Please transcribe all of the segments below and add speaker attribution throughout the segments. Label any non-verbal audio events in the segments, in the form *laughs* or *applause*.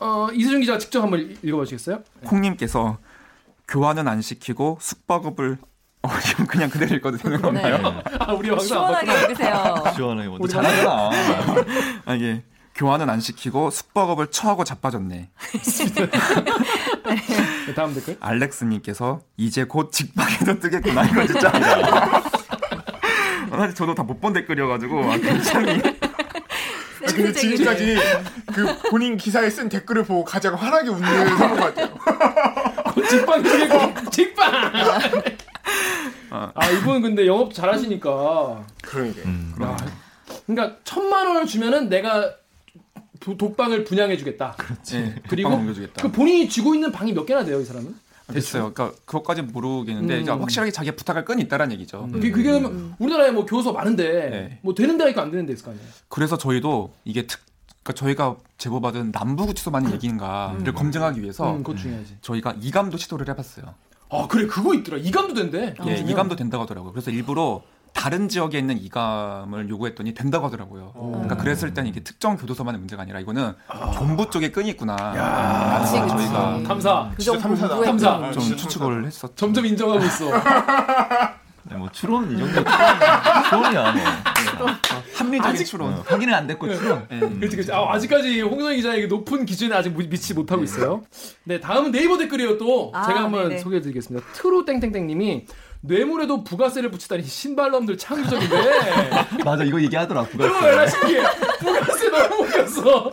Speaker 1: 어, 이수준 기자 직접 한번 읽어보시겠어요?
Speaker 2: 콩님께서 네. 교환은 안 시키고 숙박업을 어, *laughs* 이건 그냥 그대로 읽어도 되는 건가요?
Speaker 1: 아, 우리 왕사 안
Speaker 3: 시원하게 읽으세요.
Speaker 4: 시원하게 먼저
Speaker 1: 우리
Speaker 4: 잘
Speaker 2: 잘하잖아. 아, 예. 교환은 안 시키고 숙박업을 처하고 자빠졌네.
Speaker 1: 봤구나. 네, 다음 댓글.
Speaker 2: 알렉스님께서 이제 곧 직방에도 뜨겠구나. 이거 진짜. *laughs* 아니다. 아, 사실 저도 다 못 본 댓글이어가지고 아, 굉장히
Speaker 5: 아, 근데
Speaker 3: 센스쟁이들.
Speaker 5: 진실하지 그 본인 기사에 쓴 댓글을 보고 가장 환하게 웃는 사람 같아요.
Speaker 1: 어, 직방 두개고 *laughs* 직방. 아 이분 근데 영업 잘하시니까.
Speaker 5: 그런 게.
Speaker 1: 야, 그러니까 천만 원을 주면은 내가 도- 독방을 분양해주겠다.
Speaker 2: 예,
Speaker 1: 그리고
Speaker 2: 독방 옮겨주겠다.
Speaker 1: 그 본인이 쥐고 있는 방이 몇 개나 돼요 이 사람은?
Speaker 2: 됐어요. 그러니까 그것까지 는 모르겠는데
Speaker 1: 음.
Speaker 2: 그러니까 확실하게 자기 가 부탁할 건 있다라는 얘기죠.
Speaker 1: 그게, 그게 그러면 우리나라에 뭐 교수 많은데
Speaker 2: 네.
Speaker 1: 뭐 되는 데가 있고 안 되는 데 있을 거 아니에요.
Speaker 2: 그래서 저희도 이게 특 그러니까 저희가 제보받은 남부구치소만의 얘기인가를 검증하기 위해서
Speaker 1: 음, 그거 중요하지.
Speaker 2: 저희가 이감도 시도를 해봤어요.
Speaker 1: 아 그래 그거 있더라. 이감도 된대.
Speaker 2: 예, 이감도 된다고 하더라고요. 그래서 일부러 다른 지역에 있는 이감을 요구했더니 된다고 하더라고요. 그러니까 그랬을 땐 이게 특정 교도소만의 문제가 아니라 이거는 전부 쪽에 끈이 있구나. 라는
Speaker 3: 그치,
Speaker 2: 걸
Speaker 3: 그치.
Speaker 2: 저희가
Speaker 1: 아, 감사.
Speaker 3: 그
Speaker 5: 진짜
Speaker 3: 정도
Speaker 5: 탐사다.
Speaker 3: 공부했던
Speaker 1: 탐사.
Speaker 5: 아,
Speaker 2: 좀
Speaker 5: 진짜
Speaker 2: 추측을 했었죠.
Speaker 1: 점점 인정하고 *laughs* 있어.
Speaker 4: 네, 뭐 추론 이 정도 추론- 추론이야 뭐.
Speaker 2: 합리적인
Speaker 1: 아직-
Speaker 2: 추론.
Speaker 4: 어, 확인은 안 됐고 추론.
Speaker 1: 그렇지 그렇지. 아, 아직까지 홍성희 기자에게 높은 기준에 아직 미- 미치지 못하고 있어요. 네 다음은 네이버 댓글이에요 또
Speaker 3: 아,
Speaker 1: 제가 한번
Speaker 3: 네네.
Speaker 1: 소개해드리겠습니다. 트루 땡땡땡님이 뇌물에도 부가세를 붙이다니 신발놈들 창조적인데
Speaker 3: *laughs*
Speaker 4: 음. 맞아 이거 얘기하더라. 그거.
Speaker 1: 이거 왜 신기해? 부가세 너무 웃겼어.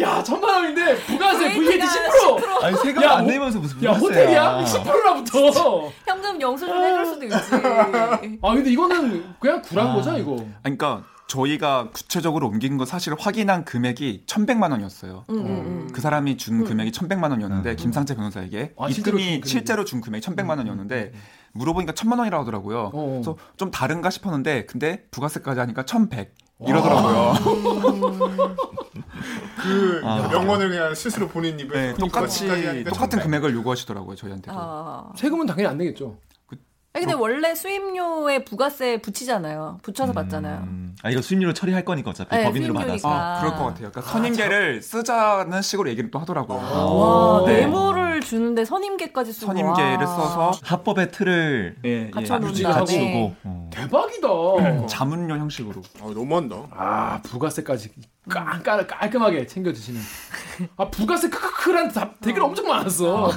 Speaker 1: 야 천만 원인데 부가세 VAT 10%.
Speaker 4: 아니 세금
Speaker 1: 야,
Speaker 4: 안
Speaker 1: 호-
Speaker 4: 내면서 무슨
Speaker 1: 야 호텔이야?
Speaker 4: 글쎄야. 음.
Speaker 1: 10%나 붙어.
Speaker 3: 현금 영수증 해줄 수도
Speaker 1: *laughs*
Speaker 3: 있지.
Speaker 1: 아 근데 이거는 그냥 구란 거죠 이거.
Speaker 2: 아니, 그러니까 저희가 구체적으로 옮긴 건 사실 확인한 금액이 1,100만 원이었어요.
Speaker 3: 음, 음,
Speaker 2: 그 사람이 준 금액이 1,100만 원이었는데 김상재 변호사에게
Speaker 1: 아, 실제로 준
Speaker 2: 입금이
Speaker 1: 금액이.
Speaker 2: 실제로 준 금액이 1,100만 원이었는데 물어보니까 1,000만 원이라고 하더라고요.
Speaker 1: 어.
Speaker 2: 그래서 좀 다른가 싶었는데 근데 부가세까지 하니까 1,100 이러더라고요.
Speaker 5: 그
Speaker 4: 아.
Speaker 5: 명언을 그냥 스스로 본인
Speaker 2: *laughs*
Speaker 5: 입에
Speaker 2: 네, 똑같이
Speaker 5: 똑같이 그러니까 하니까
Speaker 2: 똑같은
Speaker 5: 정말.
Speaker 2: 금액을 요구하시더라고요 저희한테.
Speaker 3: 음.
Speaker 2: 도
Speaker 3: 아.
Speaker 1: 세금은 당연히 안 내겠죠.
Speaker 3: 아니, 근데 원래 수입료에 부가세 붙이잖아요. 붙여서 받잖아요.
Speaker 4: 음, 아 이거 수입료로 처리할 거니까 어차피
Speaker 3: 네,
Speaker 4: 법인으로
Speaker 3: 수입료니까.
Speaker 4: 받아서.
Speaker 2: 아, 그럴 것 같아요. 그러니까 선임계를 쓰자는 식으로 얘기를 또 하더라고요.
Speaker 3: 와,
Speaker 2: 네.
Speaker 3: 네모를 주는데 선임계까지 쓰고.
Speaker 2: 선임계를 써서
Speaker 4: 합법의 틀을
Speaker 1: 네,
Speaker 2: 예,
Speaker 3: 갖춰놓는다.
Speaker 2: 유지-
Speaker 3: 아,
Speaker 4: 같이
Speaker 3: 네.
Speaker 4: 두고. 어.
Speaker 1: 대박이다.
Speaker 5: 그러니까.
Speaker 2: 자문료 형식으로.
Speaker 5: 뭐, 아, 너무한다.
Speaker 1: 아 부가세까지 깔, 깔, 깔끔하게 챙겨주시는 아 부가세 크크크란 답 되게 엄청 많았어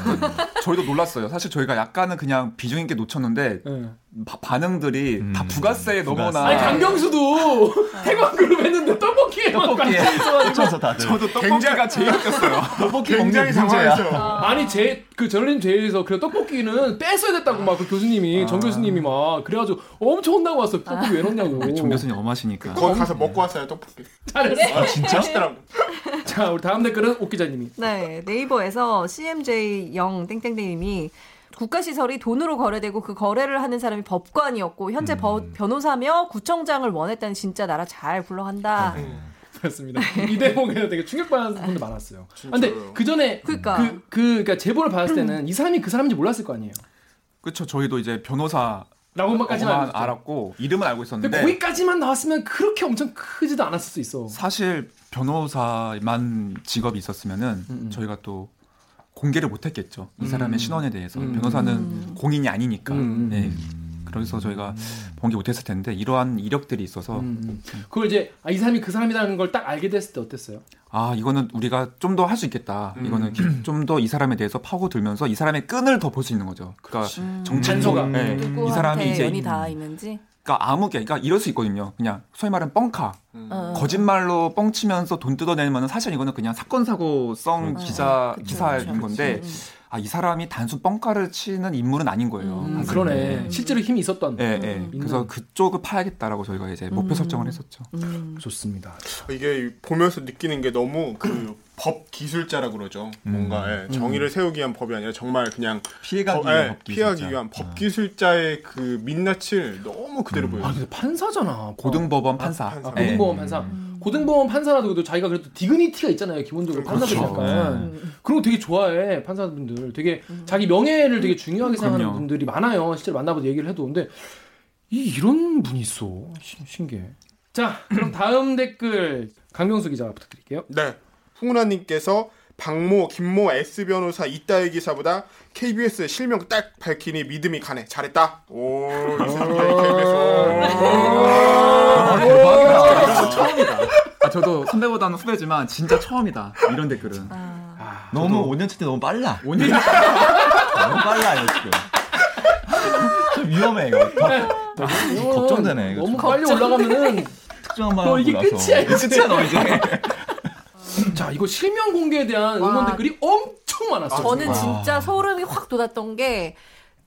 Speaker 2: 저희도 놀랐어요. 사실 저희가 약간은 그냥 비중 있게 놓쳤는데
Speaker 1: 예.
Speaker 2: 바- 반응들이 다
Speaker 4: 음,
Speaker 2: 부가세에
Speaker 4: 부가세.
Speaker 2: 넘어나.
Speaker 1: 아니 강경수도 태광그룹 했는데 아. 떡볶이에 떡볶이
Speaker 4: 합쳐서
Speaker 1: 네.
Speaker 4: 다들.
Speaker 1: *laughs*
Speaker 2: 저도 떡볶이가 제일 웃겼어요.
Speaker 4: 떡볶이
Speaker 5: 굉장히 당황했어요.
Speaker 1: 아니 제 그 전림 제에서 그 떡볶이는 뺐어야 됐다고 막 그 교수님이 정 교수님이 막 그래가지고 엄청 혼나고 왔어 떡볶이 왜
Speaker 4: 아.
Speaker 1: 넣냐고
Speaker 2: 정 교수님 엄하시니까.
Speaker 5: 거기 가서 먹고 왔어요 떡볶이. 아,
Speaker 1: 잘했어
Speaker 4: 진짜?
Speaker 5: 맛있더라고.
Speaker 1: 자 우리 다음 댓글은 옥 기자님이
Speaker 3: 네, 네이버에서 CMJ 영 땡땡땡님이 국가 시설이 돈으로 거래되고 그 거래를 하는 사람이 법관이었고 현재 버- 변호사며 구청장을 원했다는 진짜 나라 잘 굴러간다.
Speaker 1: 그렇습니다 이 대목에서 되게 충격받는 분들 많았어요 아, 근데
Speaker 5: 진짜요.
Speaker 1: 그 전에
Speaker 3: 그러니까
Speaker 1: 그, 그, 그니까 제보를 받았을 때는 이 사람이 그 사람인지 몰랐을 거 아니에요.
Speaker 2: 그렇죠. 저희도 이제 변호사
Speaker 1: 라고만까지는
Speaker 2: 만
Speaker 1: 알았죠.
Speaker 2: 알았고 이름은 알고
Speaker 1: 근데
Speaker 2: 있었는데
Speaker 1: 거기까지만 나왔으면 그렇게 엄청 크지도 않았을 수 있어.
Speaker 2: 사실 변호사만 직업이 있었으면은 저희가 또 공개를 못했겠죠. 이 사람의 신원에 대해서
Speaker 1: 음, 음.
Speaker 2: 변호사는 공인이 아니니까.
Speaker 1: 음.
Speaker 2: 네. 그래서 저희가 공개 못했을 텐데 이러한 이력들이 있어서
Speaker 1: 음, 음. 그걸 이제 아, 이 사람이 그 사람이라는 걸 딱 알게 됐을 때 어땠어요?
Speaker 2: 아 이거는 우리가 좀 더 할 수 있겠다.
Speaker 1: 음.
Speaker 2: 이거는 좀 더 이 사람에 대해서 파고들면서 이 사람의 끈을 더 볼 수 있는 거죠. 그러니까 정치
Speaker 1: 단서가. 음.
Speaker 2: 네. 이 사람이
Speaker 3: 누구한테
Speaker 2: 이제
Speaker 3: 연이 다 있는지.
Speaker 2: 그러니까 아무 게 그러니까 이럴 수 있거든요. 그냥 소위 말하는 뻥카.
Speaker 5: 음.
Speaker 3: 어.
Speaker 2: 거짓말로 뻥치면서 돈 뜯어내면 사실 이거는 그냥 사건 사고 성
Speaker 1: 그렇죠. 어,
Speaker 2: 기사
Speaker 3: 그쵸,
Speaker 2: 기사인
Speaker 3: 그쵸. 음,
Speaker 2: 건데 아 이 사람이 단순 뻥카를 치는 인물은 아닌 거예요.
Speaker 3: 음,
Speaker 1: 아,
Speaker 2: 사실.
Speaker 1: 그러네. 실제로 힘이 있었던.
Speaker 2: 예, 예.
Speaker 1: 음.
Speaker 2: 그래서 그쪽을 파야겠다라고 저희가 이제 목표 설정을 했었죠.
Speaker 3: 음.
Speaker 1: 좋습니다.
Speaker 5: 이게 보면서 느끼는 게 너무 그 법 기술자라고 그러죠. 뭔가 예, 정의를 세우기 위한 법이 아니라 정말 그냥
Speaker 1: 어,
Speaker 4: 피해가기
Speaker 5: 법- 예,
Speaker 4: 위한 법
Speaker 5: 피하기 위한 법 기술자의 그 민낯을 너무 그대로 보여요.
Speaker 1: 아 근데 판사잖아.
Speaker 2: 고등법원 판사.
Speaker 1: 아,
Speaker 2: 예.
Speaker 1: 고등법원 판사.
Speaker 3: 음.
Speaker 1: 고등법원 판사라도 그래도 자기가 그래도 디그니티가 있잖아요. 기본적으로
Speaker 5: 그렇죠.
Speaker 1: 판사들 약간 그런 거 되게 좋아해 판사분들. 되게
Speaker 3: 음.
Speaker 1: 자기 명예를 되게 중요하게 생각하는
Speaker 2: 그럼요.
Speaker 1: 분들이 많아요. 실제로 만나봐도 얘기를 해도 근데 이 이런 분이 있어. 신, 신기해. 자 그럼 다음 댓글 강경수 기자 부탁드릴게요.
Speaker 5: 네. 홍은아님께서 박모, 김모, S 변호사 이따의 기사보다 KBS의 실명 딱 밝히니 믿음이 가네. 잘했다. 오, 이
Speaker 1: 아,
Speaker 2: 아,
Speaker 5: 사람들 KBS.
Speaker 2: 대박이다. 이런 거 처음이다. 아, 저도 선배보다는 후배지만 진짜 처음이다. 이런 댓글은.
Speaker 1: 아.
Speaker 4: 너무 5년 차때 너무 빨라.
Speaker 2: 오늘
Speaker 4: 너무 빨라요 지금. *laughs* 좀 위험해 이거.
Speaker 1: 네.
Speaker 4: 더- 더 걱정되네 이거.
Speaker 1: 너무 빨리 올라가면은
Speaker 4: 특정한 말을
Speaker 1: 너 어, 이게 끝이야. 이거.
Speaker 2: 진짜 너 이제.
Speaker 1: 자 이거 실명 공개에 대한
Speaker 3: 와.
Speaker 1: 응원 댓글이 엄청 많았어요.
Speaker 3: 저는 진짜 소름이 확 돋았던 게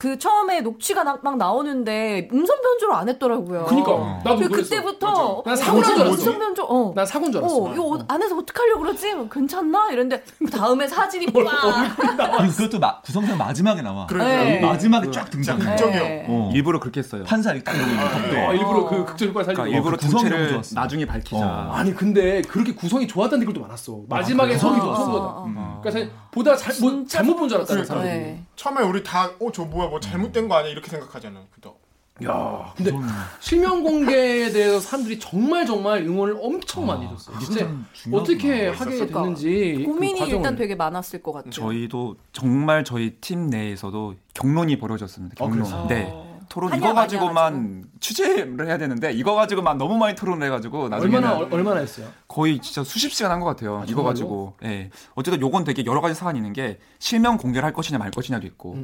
Speaker 3: 그 처음에 녹취가 나- 막 나오는데 음성 변조를 안 했더라고요.
Speaker 1: 그니까 나도
Speaker 3: 그
Speaker 1: 그랬어.
Speaker 3: 그때부터
Speaker 1: 난 사고난 줄 알았어.
Speaker 3: 음성 변조 어.
Speaker 1: 난 사고인 줄 알았어.
Speaker 3: 어, 이거 옷 안에서 어떡하려고 그러지? 뭐 괜찮나? 이랬는데 그 다음에 사진이 빡.
Speaker 4: 그리고 그것도 마- 구성상 마지막에 나와. 그
Speaker 1: 예.
Speaker 3: 네.
Speaker 4: 마지막에 쫙 등장해.
Speaker 5: 극적이야.
Speaker 3: 네.
Speaker 4: 어.
Speaker 2: 일부러 그렇게 했어요.
Speaker 4: 판살이 딱 여기 있는
Speaker 1: 아,
Speaker 4: 데
Speaker 1: 일부러
Speaker 3: 어.
Speaker 1: 그 극적효과 살리고.
Speaker 2: 그러니까 일부러
Speaker 4: 그 구성이 너무
Speaker 2: 정체를
Speaker 4: 좋았어.
Speaker 2: 나중에 밝히자.
Speaker 4: 어.
Speaker 1: 아니 근데 그렇게 구성이 좋았다는 댓글도 많았어. 마지막에
Speaker 4: 그래요?
Speaker 1: 성이
Speaker 3: 아,
Speaker 1: 좋은 거다.
Speaker 4: 음.
Speaker 3: 아, 아.
Speaker 1: 그러니까 사실 보다 잘, 뭐, 잘못 본 줄 알았다는
Speaker 5: 그러니까.
Speaker 1: 사람이.
Speaker 3: 네.
Speaker 5: 처음에 우리 다, 어, 저 뭐야, 뭐 잘못된 거 아니야? 이렇게 생각하잖아. 그죠?
Speaker 1: 야, 근데 실명 공개에 대해서 사람들이 정말 정말 응원을 엄청
Speaker 2: 아,
Speaker 1: 많이 해줬어요.
Speaker 4: 이게
Speaker 1: 진짜
Speaker 4: 참 중요하구나.
Speaker 1: 어떻게
Speaker 5: 뭐
Speaker 1: 하게
Speaker 5: 있었을까.
Speaker 1: 됐는지
Speaker 3: 고민이
Speaker 1: 그 과정을.
Speaker 3: 일단 되게 많았을 것 같아요.
Speaker 2: 저희도 정말 저희 팀 내에서도 경론이 벌어졌습니다. 경론.
Speaker 1: 아, 그래요?
Speaker 2: 네. 토론
Speaker 3: 하냐,
Speaker 2: 이거
Speaker 3: 마냐
Speaker 2: 가지고만 취재를 해야 되는데 이거 가지고만 너무 많이 토론을 해가지고 나중에는
Speaker 1: 얼마나 얼- 얼마나 했어요?
Speaker 2: 거의 진짜 수십 시간 한 것 같아요. 이거
Speaker 1: 정말로?
Speaker 2: 가지고. 예. 어쨌든 요건 되게 여러 가지 사안이 있는 게 실명 공개를 할 것이냐 말
Speaker 1: 음,
Speaker 2: 것이냐도 있고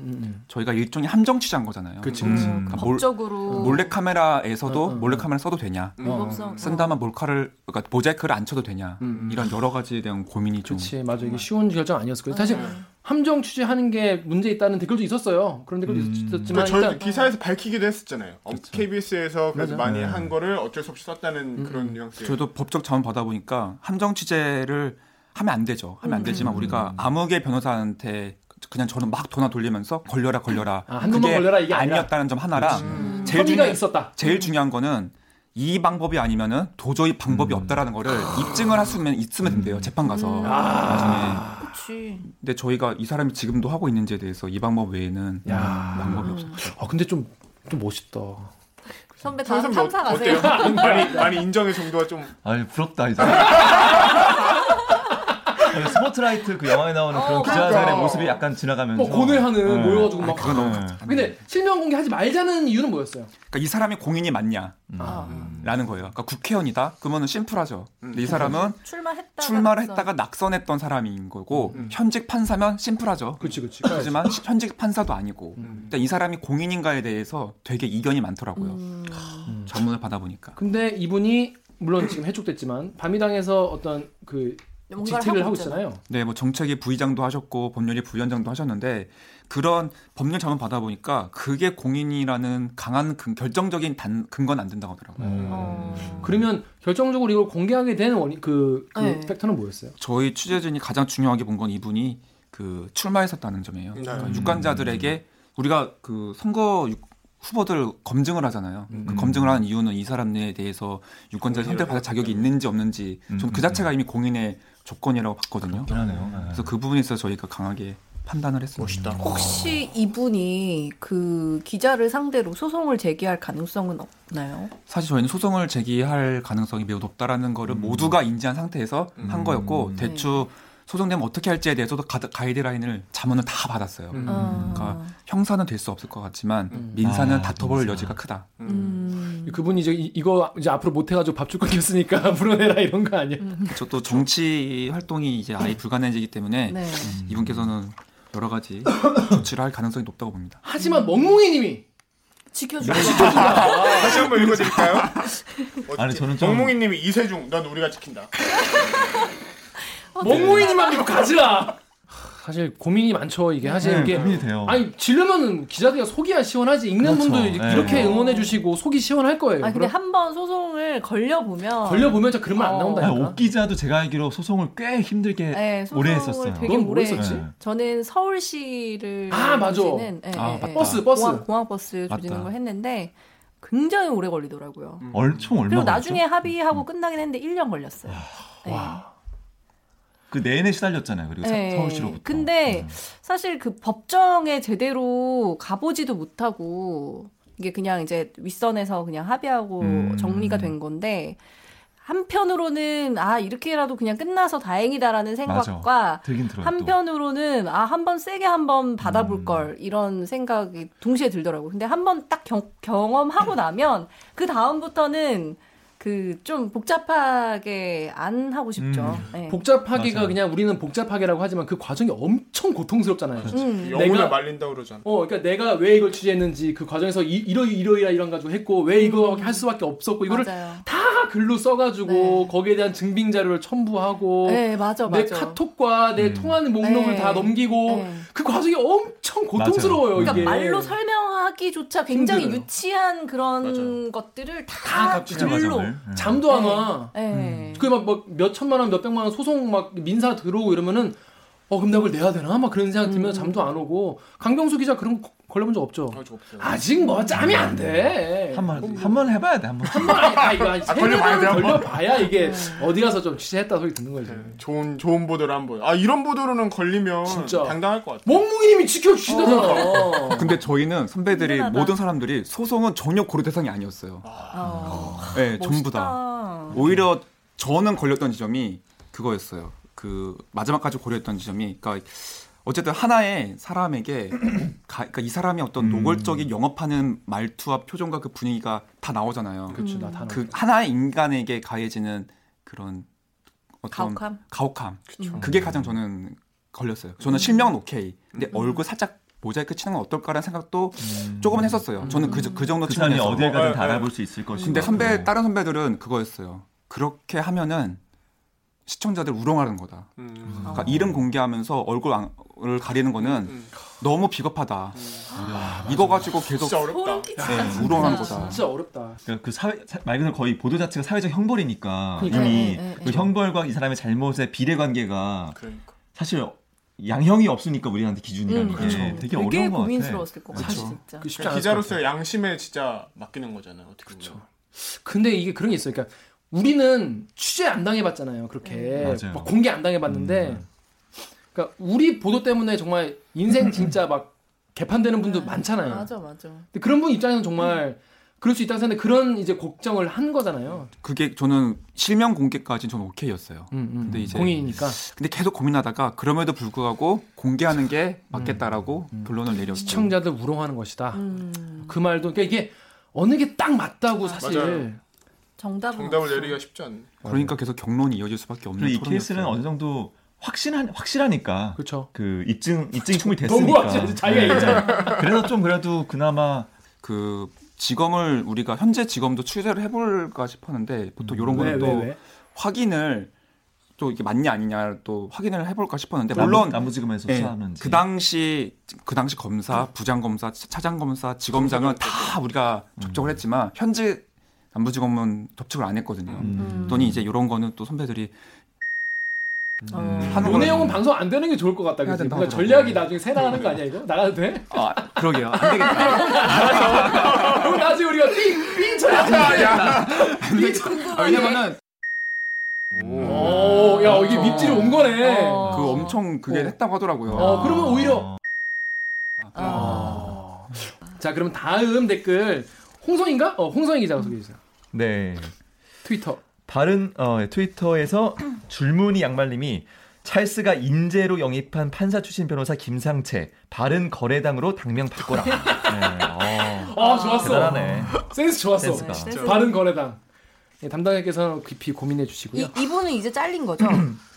Speaker 2: 저희가 일종의 함정 취재한 거잖아요.
Speaker 1: 그치,
Speaker 2: 음.
Speaker 1: 그치.
Speaker 2: 그러니까 몰-
Speaker 3: 법적으로
Speaker 2: 몰래 카메라에서도
Speaker 1: 음, 음,
Speaker 2: 몰래 카메라 써도 되냐?
Speaker 3: 불법성.
Speaker 2: 쓴다면 몰카를 그러니까 모자이크를 안 쳐도 되냐? 이런 여러 가지에 대한 고민이 좀
Speaker 1: 음, 그렇지, 맞아. 이게 쉬운 결정 아니었을 거예요. 사실 함정 취재하는 게 문제 있다는 댓글도 있었어요. 그런 댓글도
Speaker 2: 음.
Speaker 5: 근데
Speaker 1: 있었지만
Speaker 5: 저희
Speaker 1: 일단
Speaker 5: 기사에서 밝히기도 했었잖아요. 어, KBS에서 그래서 많이 한 거를 어쩔 수 없이 썼다는 그런 뉘앙스.
Speaker 2: 저희도 법적 자원 받아 보니까 함정 취재를 하면 안 되죠. 하면 안 되지만
Speaker 1: 음.
Speaker 2: 우리가 암흑의 변호사한테 그냥 저는 막 도나 돌리면서 걸려라 걸려라.
Speaker 1: 아, 한 놈만 걸려라 이게 아니라.
Speaker 2: 아니었다는 점 하나라 제일
Speaker 1: 협의가
Speaker 2: 중요한
Speaker 1: 있었다.
Speaker 2: 제일 중요한 거는 이 방법이 아니면은 도저히 방법이
Speaker 1: 음.
Speaker 2: 없다라는 거를 입증을 할 수면 있으면 된대요 재판 가서 나중에
Speaker 3: 그치.
Speaker 2: 근데 저희가 이 사람이 지금도 하고 있는지에 대해서 이 방법 외에는 음. 방법이 없어요
Speaker 1: 아 근데 좀 좀 멋있다.
Speaker 3: 선배 다
Speaker 5: 선생님, 뭐,
Speaker 3: 탐사
Speaker 5: 어때요? *laughs*
Speaker 3: 가세요.
Speaker 5: 많이, 많이 인정의 정도가 좀.
Speaker 4: 아니 예, 부럽다
Speaker 1: *laughs*
Speaker 4: 이제. 그 스포트라이트 그 영화에 나오는 그런
Speaker 3: 어,
Speaker 4: 기자들의
Speaker 5: 그러니까.
Speaker 4: 모습이 약간 지나가면서
Speaker 1: 뭐 고뇌하는
Speaker 4: 네.
Speaker 1: 모여가지고 막. 아,
Speaker 2: 그건 너무 그러니까
Speaker 1: 근데 실명 공개하지 말자는 이유는 뭐였어요?
Speaker 2: 이 사람이 공인이 맞냐라는
Speaker 3: 어.
Speaker 1: 음.
Speaker 2: 거예요 그러니까 국회의원이다 그러면은 심플하죠 근데 이 사람은
Speaker 3: 출마했다.
Speaker 2: 출마를 했다가 음. 낙선했던 사람인 거고 현직 판사면 심플하죠
Speaker 1: 그렇지, 음, 그렇지.
Speaker 2: 하지만 시- 현직 판사도 아니고
Speaker 1: 음.
Speaker 5: 음,
Speaker 2: 일단 이 사람이 공인인가에 대해서 되게 이견이 많더라고요
Speaker 1: 음.
Speaker 2: 전문을 받아보니까
Speaker 1: 근데 이분이 물론 지금 해촉됐지만 밤이당에서 어떤 그
Speaker 3: 뭔가를
Speaker 1: 직책을
Speaker 3: 하고
Speaker 1: 하고 있잖아요.
Speaker 2: 네, 뭐 정책위 부의장도 하셨고 법률위 부위원장도 하셨는데 그런 법률 자문 받아보니까 그게 공인이라는 강한 근- 결정적인 단, 근거는 안 된다고 하더라고요.
Speaker 4: 음.
Speaker 1: 그러면 결정적으로 이걸 공개하게 된 원인 그, 그
Speaker 3: 네.
Speaker 1: 팩터는 뭐였어요?
Speaker 2: 저희 취재진이 가장 중요하게 본 건 이분이 그 출마했었다는 점이에요.
Speaker 5: 네.
Speaker 2: 그러니까 유권자들에게 우리가 그 선거 유- 후보들 검증을 하잖아요. 그 검증을 하는 이유는 이 사람에 대해서 유권자를 선택받을 자격이 있는지 없는지 전 그 자체가 이미 공인의 조건이라고 봤거든요.
Speaker 4: 그러네요. 네.
Speaker 2: 그래서 그 부분에 있어서 저희가 강하게 판단을 했습니다. 멋있다.
Speaker 3: 혹시 이분이 그 기자를 상대로 소송을 제기할 가능성은 없나요?
Speaker 2: 사실 저희는 소송을 제기할 가능성이 매우 높다라는 거를 모두가 인지한 상태에서 한 거였고 대추 소송되면 어떻게 할지에 대해서도 가드- 가이드라인을 자문을 다 받았어요.
Speaker 1: 음.
Speaker 3: 아,
Speaker 2: 그러니까 형사는 될 수 없을 것 같지만 민사는
Speaker 4: 아,
Speaker 2: 다퉈볼
Speaker 4: 민사.
Speaker 2: 여지가 크다.
Speaker 3: 음.
Speaker 1: 그분이 이제 이- 이거 이제 앞으로 못 해가지고 밥줄 끊겼으니까 *laughs* 물어내라 이런 거 아니야?
Speaker 3: 음.
Speaker 2: 저 그렇죠. 또 정치 활동이 이제 아예 불가능해지기 때문에
Speaker 3: 네.
Speaker 2: 이분께서는 여러
Speaker 3: *laughs*
Speaker 2: 가지 조치를 할 가능성이 높다고 봅니다.
Speaker 3: 아.
Speaker 1: 하지만 멍뭉이님이
Speaker 3: 지켜주고. *laughs*
Speaker 5: 다시 한번 읽어드릴까요?
Speaker 4: 아니, 저는 좀-
Speaker 5: 정몽희님이 이세중, 넌 우리가 지킨다.
Speaker 3: 음.
Speaker 1: 멍뭉이님만 믿고 가지라. 사실 고민이 많죠 이게 사실
Speaker 4: 네,
Speaker 1: 이게
Speaker 4: 고민이 돼요.
Speaker 1: 아니 질려면은 기자들이 속이야 시원하지 읽는
Speaker 4: 그렇죠.
Speaker 1: 분도
Speaker 4: 네.
Speaker 1: 이렇게 응원해 주시고 속이 시원할 거예요.
Speaker 3: 아 근데
Speaker 1: 그럼
Speaker 3: 한 번 소송을 걸려 보면
Speaker 1: 걸려 보면 저 그런 말 안
Speaker 3: 어.
Speaker 4: 아니,
Speaker 1: 나온다니까.
Speaker 4: 옥기자도 제가 알기로 소송을 꽤 힘들게
Speaker 3: 네, 소송을
Speaker 4: 오래 했었어요.
Speaker 3: 되게
Speaker 1: 넌
Speaker 3: 오래
Speaker 1: 뭐랬었지?
Speaker 4: 네.
Speaker 3: 저는 서울시를
Speaker 1: 아, 맞아.
Speaker 3: 조지는, 예,
Speaker 2: 아,
Speaker 3: 예,
Speaker 2: 맞다.
Speaker 3: 예.
Speaker 1: 버스, 버스.
Speaker 3: 공항, 공항버스 조지는
Speaker 2: 맞다.
Speaker 3: 걸 했는데 굉장히 오래 걸리더라고요.
Speaker 4: 얼, 총 얼마
Speaker 3: 그리고 나중에
Speaker 4: 음.
Speaker 3: 합의하고 끝나긴 했는데 1년 걸렸어요.
Speaker 4: 아,
Speaker 3: 네.
Speaker 4: 그 내내 시달렸잖아요. 그리고 서-
Speaker 3: 네.
Speaker 4: 서울시로부터. 예. 네.
Speaker 3: 근데 사실 그 법정에 제대로 가보지도 못하고 이게 그냥 이제 윗선에서 그냥 합의하고
Speaker 4: 음.
Speaker 3: 정리가 된 건데 한편으로는 아 이렇게라도 그냥 끝나서 다행이다라는 생각과
Speaker 4: 들긴 들어요. 또.
Speaker 3: 한편으로는 아 한 번 세게 한 번
Speaker 1: 음.
Speaker 3: 받아볼 걸 이런 생각이 동시에 들더라고. 근데 한 번 딱 경험하고 나면 그 다음부터는 그 좀 복잡하게 안 하고 싶죠. 네.
Speaker 1: 음. 복잡하기가
Speaker 4: 맞아요.
Speaker 1: 그냥 우리는 복잡하게라고 하지만 그 과정이 엄청 고통스럽잖아요.
Speaker 3: 음.
Speaker 5: 영혼을
Speaker 1: 내가-
Speaker 5: 말린다 그러잖아.
Speaker 1: 어, 그러니까 내가 왜 이걸 취재했는지 그 과정에서 이, 이러 이러이라 이런 가지고 했고 왜 이거 할 수밖에 없었고 이거를
Speaker 3: 음. 맞아요.
Speaker 1: 다 글로 써가지고
Speaker 3: 네.
Speaker 1: 거기에 대한 증빙 자료를 첨부하고
Speaker 3: 네 맞아
Speaker 1: 내
Speaker 3: 맞아.
Speaker 1: 카톡과
Speaker 4: 음.
Speaker 1: 내 통하는 목록을
Speaker 3: 네.
Speaker 1: 다 넘기고
Speaker 3: 네.
Speaker 1: 그 과정이 엄청 고통스러워요.
Speaker 4: 맞아요.
Speaker 1: 이게
Speaker 3: 그러니까 말로 설명하기조차 굉장히
Speaker 1: 힘들어요.
Speaker 3: 유치한 그런
Speaker 5: 맞아요.
Speaker 3: 것들을
Speaker 1: 다
Speaker 3: 다
Speaker 1: 값지죠,
Speaker 3: 글로.
Speaker 4: 과정을. 예.
Speaker 1: 잠도 안 와.
Speaker 3: 네. 네.
Speaker 1: 음. 그막몇 천만 원, 몇 백만 원 소송 막 민사 들어오고 이러면은 어 그럼 나 그걸 내야 되나? 막 그런 생각 들면서 잠도 안 오고 강병수 기자 그런 거 걸려본 적 없죠?
Speaker 5: 아, 저 음. 없어요.
Speaker 1: 아직 뭐 짬이 안 돼.
Speaker 4: 한번 한번 해봐야 돼. 한번.
Speaker 1: 한번 아니다 이거 한 세네
Speaker 5: 걸려봐야 돼,
Speaker 1: 번
Speaker 5: 한번.
Speaker 1: 걸려봐야 이게 어디 가서 좀 취재했다 소리 듣는 거지.
Speaker 5: 네, 좋은 좋은 보도를 한번. 아 이런 보도로는 걸리면
Speaker 1: 진짜. 뭐?
Speaker 5: 당당할 것 같아.
Speaker 1: 멍뭉이님이 지켜주시잖아.
Speaker 5: 어.
Speaker 2: 근데 저희는 선배들이
Speaker 3: 든든하다.
Speaker 2: 모든 사람들이 소송은 전혀 고려 대상이 아니었어요.
Speaker 3: 어,
Speaker 2: 네,
Speaker 3: 멋있다.
Speaker 2: 전부 다. 오히려 저는 걸렸던 지점이 그거였어요. 그 마지막까지 고려했던 지점이 그러니까 어쨌든 하나의 사람에게 가, 그러니까 이 사람이
Speaker 4: 음.
Speaker 2: 어떤 노골적인 영업하는 말투와 표정과 그 분위기가 다 나오잖아요. 그,
Speaker 1: 그렇지 그렇죠, 나
Speaker 3: 음.
Speaker 1: 단어.
Speaker 4: 음.
Speaker 2: 하나의 인간에게 가해지는 그런 어떤
Speaker 3: 가혹함.
Speaker 2: 가혹함.
Speaker 4: 음.
Speaker 2: 그게 가장 저는 걸렸어요.
Speaker 3: 음.
Speaker 2: 저는 실명은 오케이. 근데 얼굴 살짝 모자이크 치는 건 어떨까라는 생각도 조금은 했었어요. 저는
Speaker 3: 음.
Speaker 2: 그, 그 정도
Speaker 4: 음. 그 사람이
Speaker 2: 측면에서.
Speaker 4: 어딜 가든 음. 다
Speaker 5: 어, 어,
Speaker 4: 알아볼 수 있을 것이고.
Speaker 2: 근데 선배 다른 선배들은 그거였어요. 그렇게 하면은 시청자들 우롱하는 거다.
Speaker 5: 음.
Speaker 4: 아.
Speaker 2: 그러니까 이름 공개하면서 얼굴을 가리는 거는
Speaker 5: 음.
Speaker 2: 너무 비겁하다.
Speaker 3: 음.
Speaker 4: 아.
Speaker 2: 이거 가지고 계속
Speaker 5: 진짜
Speaker 3: 소름
Speaker 5: 어렵다.
Speaker 3: 끼치다.
Speaker 2: 네,
Speaker 3: 진짜.
Speaker 2: 우롱한 거다.
Speaker 1: 진짜 어렵다.
Speaker 4: 그러니까 그 사회 사- 말 그대로 거의 보도 자체가 사회적 형벌이니까
Speaker 1: 그러니까.
Speaker 3: 네,
Speaker 4: 이미
Speaker 3: 네, 네.
Speaker 4: 그 형벌과 이 사람의 잘못의 비례 관계가
Speaker 5: 그러니까.
Speaker 4: 사실 양형이 없으니까 우리한테 기준이라는
Speaker 3: 음,
Speaker 4: 게
Speaker 3: 그렇죠.
Speaker 4: 되게, 어려운 것 같아.
Speaker 3: 고민스러웠을 것
Speaker 1: 그쵸.
Speaker 3: 같아 진짜.
Speaker 1: 그 쉽지 않을 것 같아.
Speaker 5: 기자로서 양심에 진짜 맡기는 거잖아요. 어떻게 보면.
Speaker 1: 근데 이게 그런 게 있어요. 그러니까 우리는 취재 안 당해봤잖아요.
Speaker 2: 음.
Speaker 1: 그렇게
Speaker 4: 맞아요.
Speaker 1: 막 공개 안 당해봤는데, 그러니까 우리 보도 때문에 정말 인생 진짜 막 개판되는 분도 많잖아요.
Speaker 3: 음. 네. 맞아 맞아.
Speaker 1: 근데 그런 분 입장에서는 정말 그럴 수 있다고 생각하는데 그런 이제 걱정을 한 거잖아요.
Speaker 2: 그게 저는 실명 공개까지는 저는 오케이였어요.
Speaker 1: 음, 음.
Speaker 2: 근데 이제
Speaker 1: 공인이니까
Speaker 2: 근데 계속 고민하다가 그럼에도 불구하고 공개하는 게 맞겠다라고 결론을 내렸고
Speaker 1: 음. 시청자들 우롱하는 것이다.
Speaker 3: 음,
Speaker 1: 그 말도 그러니까 이게 어느 게 딱 맞다고 사실
Speaker 5: 맞아요.
Speaker 3: 정답은
Speaker 5: 정답을
Speaker 3: 없어. *laughs*
Speaker 5: 내리기가 쉽지 않네.
Speaker 2: 그러니까 계속 격론이 이어질 수밖에 없는
Speaker 4: 그리고 이 케이스는
Speaker 2: 토론이었어요.
Speaker 4: 어느 정도 확신한 확실하니까
Speaker 1: 그렇죠.
Speaker 4: 그 입증 입증이 충분히
Speaker 1: 너무
Speaker 4: 됐으니까.
Speaker 1: 확실하지 자기가
Speaker 4: 네.
Speaker 1: 얘기했잖아.
Speaker 4: 그래서 좀 그래도 그나마
Speaker 2: 그 직업을 우리가 현재 직업도 취재를 해볼까 싶었는데 보통 이런
Speaker 1: 왜,
Speaker 2: 거는 또
Speaker 1: 왜, 왜?
Speaker 2: 확인을 또 이게 맞냐 아니냐 또 확인을 해볼까 싶었는데
Speaker 4: 물론
Speaker 2: 네, 물론
Speaker 4: 남부지검에서
Speaker 2: 예,
Speaker 4: 수사하는지
Speaker 2: 그 당시 그 당시 검사 부장 검사 차장 검사 지검장은 다 우리가
Speaker 4: 음.
Speaker 2: 접촉을 했지만 현재 남부지검은 접촉을 안 했거든요.
Speaker 4: 음.
Speaker 2: 그랬더니 이제 이런 거는 또 선배들이
Speaker 3: 어.
Speaker 2: 하는
Speaker 1: 요
Speaker 2: 거는-
Speaker 1: 내용은 방송 안 되는 게 좋을 것 같다.
Speaker 2: 해야
Speaker 1: 그치?
Speaker 2: 된다
Speaker 1: 그러니까
Speaker 2: 하더라고요. 네.
Speaker 1: 전략이 나중에 세나하는 거 아니야 이거? 나가도 돼?
Speaker 2: 아 그러게요 안 되겠다.
Speaker 1: 그럼 나중에 우리가 삥삥 아, 쳐야 돼.
Speaker 2: 아, 왜냐면은
Speaker 1: 오, 어, 야 이게 밑줄이 온 거네. 어,
Speaker 3: 어.
Speaker 2: 그 엄청 그게
Speaker 1: 어.
Speaker 2: 했다고 하더라고요.
Speaker 1: 그러면 오히려. 아.
Speaker 3: 어.
Speaker 1: 자, 그럼 다음 댓글 홍성인가? 어, 홍성인 기자가 소개해 주세요.
Speaker 4: 네.
Speaker 1: 트위터.
Speaker 4: 다른 어, 예, 트위터에서 줄무늬 양말님이 찰스가 인재로 영입한 판사 출신 변호사 김상채 바른 거래당으로 당명 바꿔라. 네, 어,
Speaker 2: *laughs*
Speaker 1: 아, 좋았어.
Speaker 4: 대단하네.
Speaker 1: 센스 좋았어.
Speaker 4: 센스가.
Speaker 3: 센스.
Speaker 1: 바른 거래당. 예, 담당자께서는 깊이 고민해 주시고요.
Speaker 3: 이 이분은 이제 잘린 거죠.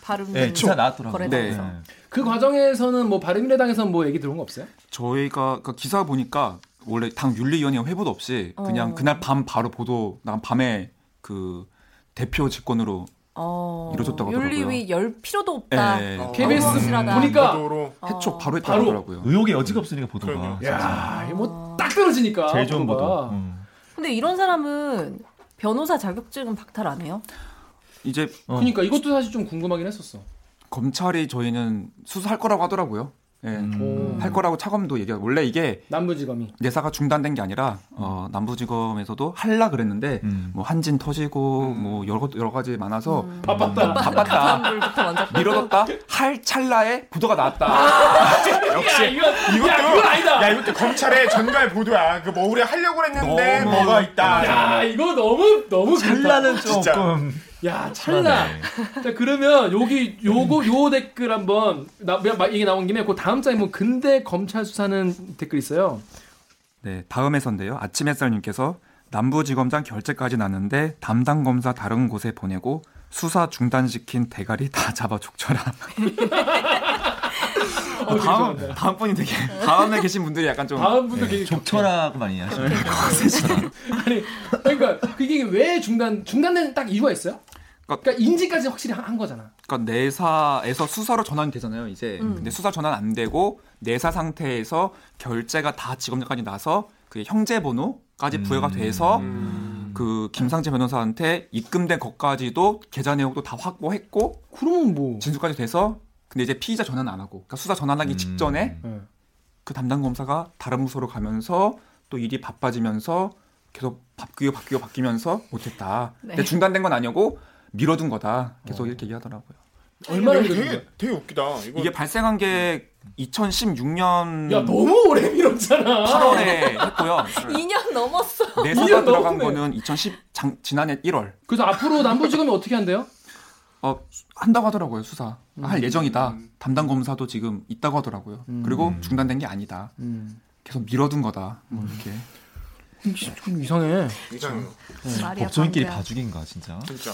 Speaker 3: 발음.
Speaker 4: 네, 기사 나왔더라고요.
Speaker 2: 거래당에서.
Speaker 4: 네.
Speaker 1: 그 과정에서는 뭐 바른미래당에서는 뭐 얘기 들어온 거 없어요?
Speaker 2: 저희가 그 기사 보니까 원래 당 윤리위원회 회보도 없이 그냥
Speaker 3: 어.
Speaker 2: 그날 밤 바로 보도 난 밤에 그 대표 직권으로
Speaker 3: 어.
Speaker 2: 이루어졌다고 하더라고요.
Speaker 3: 윤리위 열 필요도 없다.
Speaker 2: 예,
Speaker 5: 어,
Speaker 1: KBS
Speaker 3: 확실하다.
Speaker 1: 보니까
Speaker 5: 보도로
Speaker 2: 해촉
Speaker 3: 어.
Speaker 2: 바로
Speaker 1: 바로.
Speaker 2: 했다고 하더라고요.
Speaker 4: 의혹의 여지가 없으니까 보도가
Speaker 5: 그럼요.
Speaker 1: 야, 이거 뭐딱 떨어지니까.
Speaker 4: 제일 좋은
Speaker 1: 보도가.
Speaker 4: 보도. 음.
Speaker 3: 근데 이런 사람은 변호사 자격증은 박탈 안 해요?
Speaker 2: 이제
Speaker 4: 어.
Speaker 1: 그러니까 이것도 사실 좀 궁금하긴 했었어.
Speaker 2: 검찰이 저희는 수사할 거라고 하더라고요. 예.
Speaker 1: 오.
Speaker 4: 음.
Speaker 2: 할 거라고 차검도 얘기하 원래 이게
Speaker 1: 음. 남부지검이.
Speaker 2: 내사가 중단된 게 아니라 어, 남부지검에서도 할라 그랬는데
Speaker 4: 음.
Speaker 2: 뭐 한진 터지고 뭐 여러, 여러 가지 많아서
Speaker 1: 바빴다.
Speaker 2: 바빴다
Speaker 3: 그 사람들부터 완전
Speaker 1: 아,
Speaker 2: 미뤄뒀다
Speaker 1: 그-
Speaker 2: 할 찰나에 보도가 나왔다
Speaker 1: 역시. 야, 이건,
Speaker 5: 이것도
Speaker 1: 야, 이건 아니다.
Speaker 5: 야 이것도 검찰의 전갈 보도야. 그뭐
Speaker 1: 어,
Speaker 5: 우리 하려고 했는데 뭐가 있다.
Speaker 1: 야 이거 너무 너무 그렇다.
Speaker 4: 찰나는
Speaker 5: 진짜.
Speaker 4: 조금
Speaker 1: 야 찰나. 자 그러면 여기 요거 요 댓글 한번 나 그냥 막 얘기 나온 김에 그 다음 장에 뭐 근대 검찰 수사는 댓글 있어요.
Speaker 2: 네, 다음 회선데요. 아침 햇살님께서 남부지검장 결재까지 났는데 담당 검사 다른 곳에 보내고 수사 중단시킨 대가리 다 *laughs* 잡아 죽쳐라.
Speaker 1: 어, 되게
Speaker 2: 다음
Speaker 1: 좋아한다.
Speaker 2: 다음
Speaker 1: *laughs*
Speaker 2: 분이 되게 다음에 계신 분들이 약간 좀
Speaker 1: 다음 분도 계속
Speaker 4: 족처라고 많이 하시네요.
Speaker 1: 네. 아니 그러니까 그게 왜 중단 중단된 딱 이유가 있어요? 그러니까 인지까지 확실히 한, 한 거잖아.
Speaker 2: 그러니까 내사에서 수사로 전환이 되잖아요. 이제
Speaker 1: 음.
Speaker 2: 근데 수사 전환 안 되고 내사 상태에서 결제가 다 지검장까지 나서 그 형제 번호까지 부여가
Speaker 4: 음.
Speaker 2: 돼서 그 김상재 변호사한테 입금된 것까지도 계좌 내역도 다 확보했고
Speaker 1: 그러면 뭐
Speaker 2: 진술까지 돼서 근데 이제 피의자 전환 안 하고 그러니까 수사 전환하기
Speaker 4: 음.
Speaker 2: 직전에
Speaker 1: 예.
Speaker 2: 그 담당 검사가 다른 부서로 가면서 또 일이 바빠지면서 계속 바뀌고 바뀌고 바뀌면서 못했다. 근데 중단된 건 아니고 밀어둔 거다. 계속 이렇게 얘기하더라고요.
Speaker 1: 얼마나
Speaker 5: 되게
Speaker 1: 되게
Speaker 5: 되게 웃기다. 이거
Speaker 2: 이게 발생한 게 2016년
Speaker 1: 야 너무 오래 미뤘잖아.
Speaker 2: 8월에 했고요.
Speaker 3: 2년 넘었어.
Speaker 2: 내
Speaker 1: 이해가
Speaker 2: 사가 들어간
Speaker 1: 너무해.
Speaker 2: 거는 2010 장, 지난해 1월
Speaker 1: 그래서 앞으로 남부지검이 어떻게 한대요?
Speaker 2: 어, 한다고 하더라고요 수사
Speaker 3: 음.
Speaker 2: 할 예정이다 담당 검사도 지금 있다고 하더라고요 그리고 중단된 게 아니다
Speaker 3: 음.
Speaker 2: 계속 밀어둔 거다 뭐 이렇게
Speaker 3: 네.
Speaker 1: 좀 이상해.
Speaker 5: 이상해요.
Speaker 3: 말이야,
Speaker 4: 법조인끼리
Speaker 3: 방금.
Speaker 4: 봐주기인가 진짜.
Speaker 5: 진짜.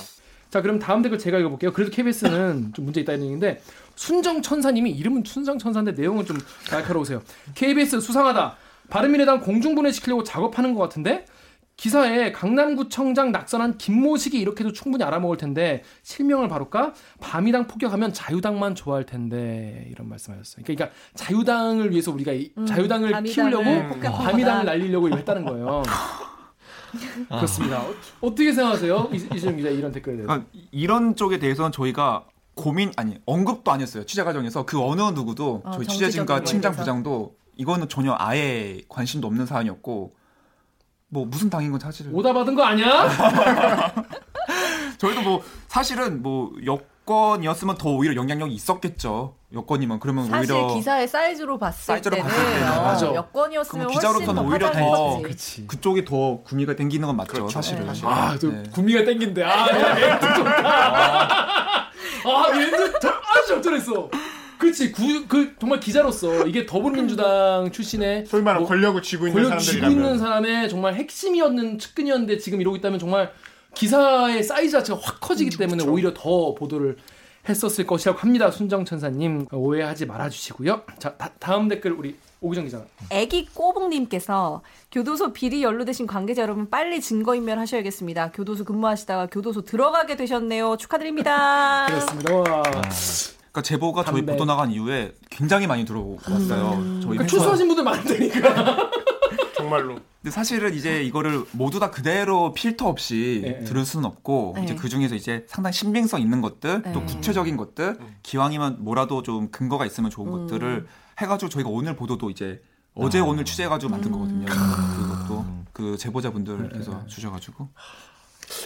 Speaker 1: 자 그럼 다음 댓글 제가 읽어볼게요. 그래도 KBS는 좀 문제 있다는 얘기인데 순정 천사님이 이름은 순정 천사인데 내용은 좀 날카로우세요. KBS 수상하다. 바른미래당 공중분해 시키려고 작업하는 것 같은데 기사에 강남구청장 낙선한 김모식이 이렇게도 충분히 알아먹을 텐데 실명을 바로까 밤이당 폭격하면 자유당만 좋아할 텐데 이런 말씀하셨어요. 그러니까 자유당을 위해서 우리가 이-
Speaker 3: 음,
Speaker 1: 자유당을
Speaker 3: 밤이당을
Speaker 1: 키우려고
Speaker 3: 폭격한 거다.
Speaker 1: 밤이당을 날리려고 이거 했다는 거예요. 그렇습니다. 어, 어떻게 생각하세요, 이- 이준영 기자 이런 댓글에 대해서?
Speaker 2: 그러니까 이런 쪽에 대해서는 저희가 고민 아니 언급도 아니었어요 취재 과정에서 그 어느 누구도
Speaker 3: 어,
Speaker 2: 저희
Speaker 3: 정치적인
Speaker 2: 취재진과
Speaker 3: 거에
Speaker 2: 팀장
Speaker 3: 대해서.
Speaker 2: 부장도 이거는 전혀 아예 관심도 없는 사안이었고 뭐 무슨 당인 건 사실
Speaker 1: 오다 받은 거 아니야?
Speaker 2: 저희도 뭐 사실은 뭐 여권이었으면 더 오히려 영향력이 있었겠죠. 여권이면 그러면
Speaker 3: 사실
Speaker 2: 오히려
Speaker 3: 기사의 사이즈로 봤을
Speaker 2: 사이즈로
Speaker 3: 때는
Speaker 2: 봤을 때는.
Speaker 3: 어,
Speaker 1: 맞아.
Speaker 3: 여권이었으면
Speaker 2: 그럼
Speaker 3: 훨씬 더
Speaker 2: 기자로서는 오히려
Speaker 3: 화장이
Speaker 2: 더
Speaker 3: 컸지.
Speaker 1: 그치.
Speaker 2: 그쪽이 더 구미가 땡기는 건 맞죠.
Speaker 5: 그렇죠.
Speaker 2: 사실은.
Speaker 5: 네. 사실은.
Speaker 1: 아, 저
Speaker 2: 네.
Speaker 1: 군미가 땡긴데. 아, 내가 멘트 좋다. 아, 멘트 저- 아주 적절했어. 그치, 구, 그, 정말 기자로서, 이게 더불어민주당 출신의
Speaker 5: 소위 말하면
Speaker 1: 뭐,
Speaker 5: 권력을 쥐고 있는
Speaker 1: 권력 쥐고
Speaker 5: 사람들이라면
Speaker 1: 있는 사람의 정말 핵심이었는 측근이었는데 지금 이러고 있다면 정말 기사의 사이즈 자체가 확 커지기 때문에 오히려 더 보도를 했었을 것이라고 합니다. 순정천사님, 오해하지 말아주시고요. 자, 다, 다음 댓글 우리 오기정 기자.
Speaker 3: 애기 꼬봉님께서 교도소 비리 연루되신 관계자 여러분 빨리 증거인멸 하셔야겠습니다. 교도소 근무하시다가 교도소 들어가게 되셨네요. 축하드립니다.
Speaker 1: 그렇습니다. 와.
Speaker 5: 아,
Speaker 2: 그러니까 제보가 저희
Speaker 1: 담배.
Speaker 2: 보도 나간 이후에 굉장히 많이 들어왔어요. 저희
Speaker 1: 그러니까
Speaker 2: 회사.
Speaker 1: 출소하신 분들 많다니까.
Speaker 5: 정말로
Speaker 2: 근데 사실은 이제 이거를 모두 다 그대로 필터 없이
Speaker 1: 예, 예.
Speaker 2: 들을 수는 없고
Speaker 3: 네.
Speaker 2: 이제 그 중에서 이제 상당히 신빙성 있는 것들
Speaker 3: 네.
Speaker 2: 또 구체적인 것들 기왕이면 뭐라도 좀 근거가 있으면 좋은
Speaker 3: 음.
Speaker 2: 것들을 해가지고 저희가 오늘 보도도 이제 어제 오늘 취재해가지고 만든 거거든요.
Speaker 3: 음.
Speaker 2: 그것도 그 제보자분들께서
Speaker 1: 네,
Speaker 2: 주셔가지고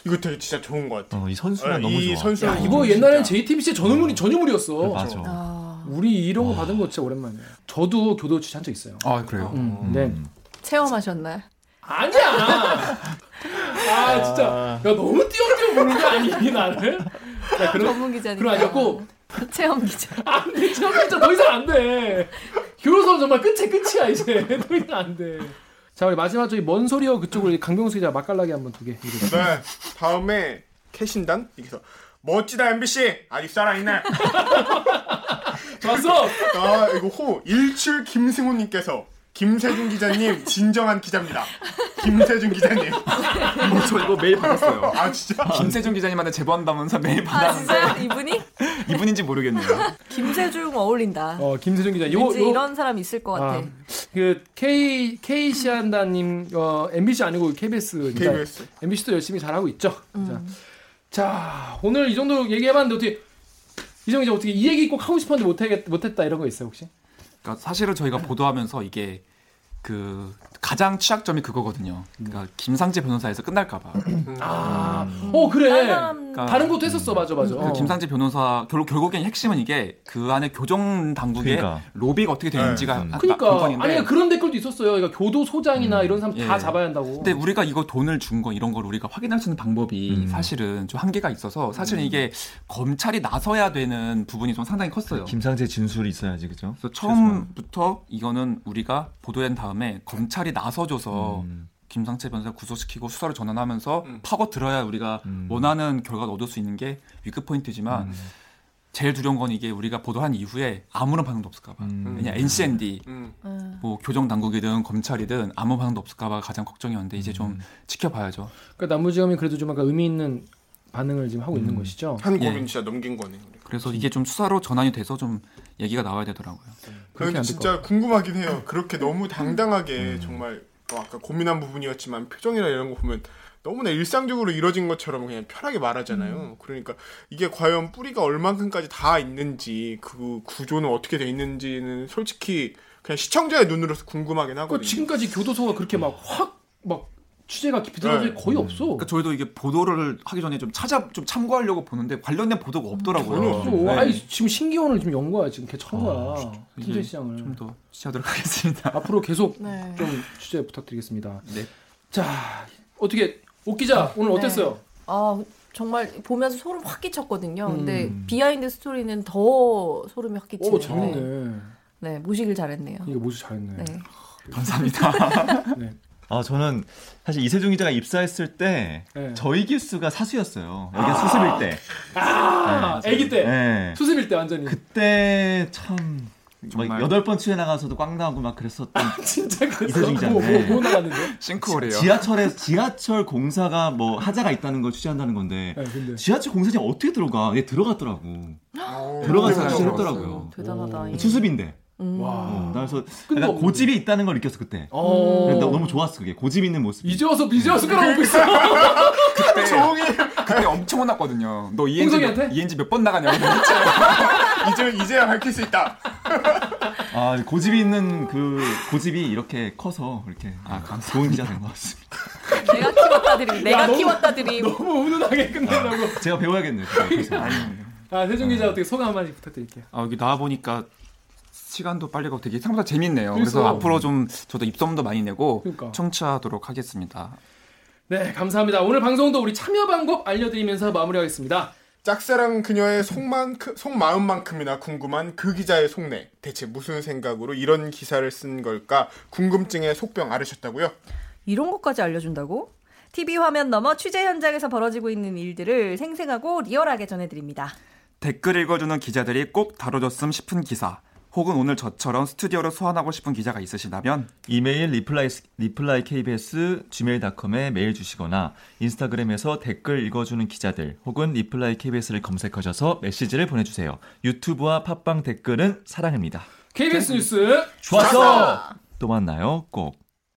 Speaker 5: 이거 되게 진짜 좋은 것 같아.
Speaker 4: 어, 이
Speaker 5: 아,
Speaker 4: 선수는 너무
Speaker 5: 이
Speaker 4: 좋아.
Speaker 5: 선수
Speaker 1: 야, 이거 옛날엔 JTBC 의 전유물이 전유물이었어.
Speaker 4: 그 맞아.
Speaker 3: 아,
Speaker 1: 우리 이런 거 받은 거 진짜 오랜만이야. 저도 교도 취재한 적 있어요.
Speaker 2: 아 그래요.
Speaker 1: 음, 네.
Speaker 3: 체험하셨나요?
Speaker 1: 아니야. 아 진짜 야 너무 띄엄띄엄 보는 거 아니니 나를? 야 그럼
Speaker 3: 전문 기자님.
Speaker 1: 그럼 아니었고
Speaker 3: *laughs* 체험 기자.
Speaker 1: 안돼 진짜 더 이상 안 돼. 교도소 정말 끝에 끝이야 이제 *laughs* 더 이상 안 돼. 자 우리 마지막 저기 먼 소리여 그쪽을 강경수 기자 맛깔나게 한번 두개 읽어봐.
Speaker 5: 네. 다음에 캐신단 이게서 멋지다 MBC 아직 살아있네.
Speaker 1: 봤어?
Speaker 5: 아 이거 호 일출 김승훈님께서 김세준 기자님 진정한 기자입니다. 김세준 기자님.
Speaker 2: 어, 저 이거 메일 받았어요.
Speaker 5: *laughs* 아 진짜.
Speaker 2: 김세준 기자님한테 제보한다면서 메일
Speaker 3: 아
Speaker 2: 받았는데
Speaker 3: 진짜 이분이
Speaker 2: 이분인지 모르겠네요.
Speaker 3: 김세중 어울린다.
Speaker 1: 어 김세준 기자. 요,
Speaker 3: 왠지
Speaker 1: 요
Speaker 3: 이런 사람 있을 것 같아.
Speaker 1: 아,
Speaker 2: 네.
Speaker 1: 그 K K 시한다님 어, MBC 아니고 KBS입니다.
Speaker 5: KBS.
Speaker 1: MBC도 열심히 잘하고 있죠. 자, 자, 오늘 이 정도 얘기해봤는데 어떻게 이정 이제 어떻게 이 얘기 꼭 하고 싶었는데 못하겠 못했다 이런 거 있어요 혹시?
Speaker 2: 그러니까 사실은 저희가
Speaker 1: 네.
Speaker 2: 보도하면서 이게 그 가장
Speaker 1: 음.
Speaker 2: 취약점이 그거거든요. 그러니까 김상재 변호사에서 끝날까봐.
Speaker 1: 아, 어 그래.
Speaker 3: 딴 사람
Speaker 2: 그러니까
Speaker 1: 음. 다른 것도 했었어, 맞아, 맞아.
Speaker 2: 그 김상재 변호사 결국 결국엔 핵심은 이게 그 안에 교정 당국의
Speaker 4: 그러니까.
Speaker 2: 로비가 어떻게 되는지가
Speaker 4: 음.
Speaker 2: 아까
Speaker 1: 그러니까
Speaker 2: 관건인데
Speaker 1: 아니 그런 댓글도 있었어요. 그러니까 교도소장이나 이런 사람 다
Speaker 2: 예.
Speaker 1: 잡아야 한다고.
Speaker 2: 근데 우리가 이거 돈을 준 거 이런 걸 우리가 확인할 수 있는 방법이
Speaker 4: 음.
Speaker 2: 사실은 좀 한계가 있어서
Speaker 1: 음.
Speaker 2: 사실은 이게 검찰이 나서야 되는 부분이 좀 상당히 컸어요.
Speaker 4: 아, 김상재 진술이 있어야지 그죠?
Speaker 2: 그래서 처음부터 이거는 우리가 보도된 다음에 검찰이 나서줘서
Speaker 4: 음.
Speaker 2: 김상채 변호사 구속시키고 수사를 전환하면서
Speaker 5: 음.
Speaker 2: 파고 들어야 우리가
Speaker 4: 음.
Speaker 2: 원하는 결과를 얻을 수 있는 게 위크 포인트지만
Speaker 4: 음.
Speaker 2: 제일 두려운 건 이게 우리가 보도한 이후에 아무런 반응도 없을까봐.
Speaker 4: 음.
Speaker 2: 왜냐 NCND
Speaker 5: 음.
Speaker 3: 음.
Speaker 2: 뭐 교정 당국이든 검찰이든 아무 반응도 없을까봐 가장 걱정이었는데 이제 좀
Speaker 4: 음.
Speaker 2: 지켜봐야죠.
Speaker 1: 그러니까 남부지검이 그래도 좀 약간 의미 있는 반응을 지금 하고
Speaker 2: 음.
Speaker 1: 있는 것이죠.
Speaker 5: 한 고민
Speaker 2: 예.
Speaker 5: 진짜 넘긴 거네. 우리가.
Speaker 2: 그래서 이게 좀 수사로 전환이 돼서 좀 얘기가 나와야 되더라고요.
Speaker 1: 그렇게
Speaker 5: 그런데
Speaker 1: 안될 음.
Speaker 5: 진짜
Speaker 1: *laughs*
Speaker 5: 궁금하긴 해요. 그렇게 너무 당당하게 정말 뭐 아까 고민한 부분이었지만 표정이나 이런 거 보면 너무나 일상적으로 이뤄진 것처럼 그냥 편하게 말하잖아요.
Speaker 1: 음.
Speaker 5: 그러니까 이게 과연 뿌리가 얼만큼까지 다 있는지 그 구조는 어떻게 돼 있는지는 솔직히 그냥 시청자의 눈으로서 궁금하긴
Speaker 1: 그러니까
Speaker 5: 하거든요.
Speaker 1: 지금까지 교도소가 그렇게 막 확 막 취재가 깊이 들어간 게
Speaker 5: 네.
Speaker 1: 거의 없어.
Speaker 2: 그러니까 저희도 이게 보도를 하기 전에 좀 찾아 좀 참고하려고 보는데 관련된 보도가 없더라고요.
Speaker 5: 전혀
Speaker 1: 없어.
Speaker 2: 네.
Speaker 1: 아니 지금 신기원을 지금 연 거야 지금 걔 청거야
Speaker 2: 이게
Speaker 1: 통제 시장을.
Speaker 2: 좀더 취하도록 하겠습니다.
Speaker 1: 앞으로 계속
Speaker 3: 네.
Speaker 1: 좀 취재 부탁드리겠습니다.
Speaker 2: 네.
Speaker 1: 자 어떻게 옥 기자 오늘
Speaker 3: 네.
Speaker 1: 어땠어요?
Speaker 3: 아 정말 보면서 소름 확 끼쳤거든요. 근데
Speaker 4: 음.
Speaker 3: 비하인드 스토리는 더 소름이 확 끼치네요.
Speaker 1: 오 잘했네. 예.
Speaker 3: 네, 모시길 잘했네요.
Speaker 1: 이거 모두 잘했네.
Speaker 3: 네.
Speaker 2: 감사합니다.
Speaker 1: 네.
Speaker 4: 아 저는 사실 이세종 기자가 입사했을 때
Speaker 1: 네.
Speaker 4: 저희 기수가 사수였어요. 여기가 수습일 때.
Speaker 1: 아, 아기 때
Speaker 4: 네.
Speaker 1: 수습일 때 완전히
Speaker 4: 그때 참. 막
Speaker 2: 정말.
Speaker 4: 여덟 번 취해 나가서도 꽝 나오고 막 그랬었던
Speaker 1: 진짜
Speaker 4: 이세종
Speaker 1: 그랬어.
Speaker 4: 기자.
Speaker 1: 뭐, 뭐,
Speaker 4: 네.
Speaker 1: 뭐 나갔는데?
Speaker 2: 싱크홀이에요.
Speaker 4: 지하철에 지하철 공사가 뭐 하자가 있다는 걸 취재한다는 건데
Speaker 1: 네, 근데
Speaker 4: 지하철 공사장 어떻게 들어가? 얘 들어갔더라고.
Speaker 5: 아,
Speaker 4: 들어가서
Speaker 5: *laughs* 그래요?
Speaker 2: 사실은
Speaker 4: 취재했더라고요.
Speaker 3: 대단하다. 이.
Speaker 4: 수습인데.
Speaker 3: 음.
Speaker 1: 와.
Speaker 4: 어, 나 그래서
Speaker 1: 근데
Speaker 4: 약간
Speaker 1: 없는데.
Speaker 4: 고집이 있다는 걸 느꼈어 그때.
Speaker 1: 어.
Speaker 4: 나 너무 좋았어 그게 고집 있는 모습.
Speaker 1: 이제 와서 이제 와서 끌어오고 있어.
Speaker 2: 그때 종이 그때 엄청 혼났거든요. 너 ENG
Speaker 1: 홍석이한테?
Speaker 2: ENG 몇 번 나가냐고.
Speaker 1: *laughs*
Speaker 5: 이제 이제야 밝힐 수 있다.
Speaker 4: 아 고집이 있는 그 고집이 이렇게 커서 이렇게
Speaker 2: 아,
Speaker 4: 좋은 기자 된 것 같습니다.
Speaker 3: 내가 키웠다 드림. 내가
Speaker 1: 너무-
Speaker 3: 키웠다 드림.
Speaker 1: *laughs* 너무 훈훈하게 끝내려고.
Speaker 4: 제가 배워야겠네요. 그거. 그래서.
Speaker 1: 아 세종 기자 어떻게 소감 한 마디 부탁드릴게요.
Speaker 2: 아 여기 나와 보니까 시간도 빨리 가고 되게 생각보다 재밌네요.
Speaker 1: 그래서.
Speaker 2: 그래서 앞으로 좀 저도 입소문도 많이 내고
Speaker 1: 그러니까.
Speaker 2: 청취하도록 하겠습니다.
Speaker 1: 네 감사합니다. 오늘 방송도 우리 참여 방법 알려드리면서 마무리하겠습니다.
Speaker 5: 짝사랑 그녀의 속만큼, 속마음만큼이나 궁금한 그 기자의 속내. 대체 무슨 생각으로 이런 기사를 쓴 걸까? 궁금증에 속병 앓으셨다고요?
Speaker 3: 이런 것까지 알려준다고? TV 화면 너머 취재 현장에서 벌어지고 있는 일들을 생생하고 리얼하게 전해드립니다.
Speaker 2: 댓글 읽어주는 기자들이 꼭 다뤄줬음 싶은 기사 혹은 오늘 저처럼 스튜디오로 소환하고 싶은 기자가 있으시다면
Speaker 4: 이메일 리플라이 리플라이 KBS gmail.com에 메일 주시거나 인스타그램에서 댓글 읽어주는 기자들 혹은 리플라이 KBS를 검색하셔서 메시지를 보내주세요. 유튜브와 팟빵 댓글은 사랑입니다.
Speaker 1: KBS 뉴스
Speaker 4: 좋았어. 또 만나요. 꼭.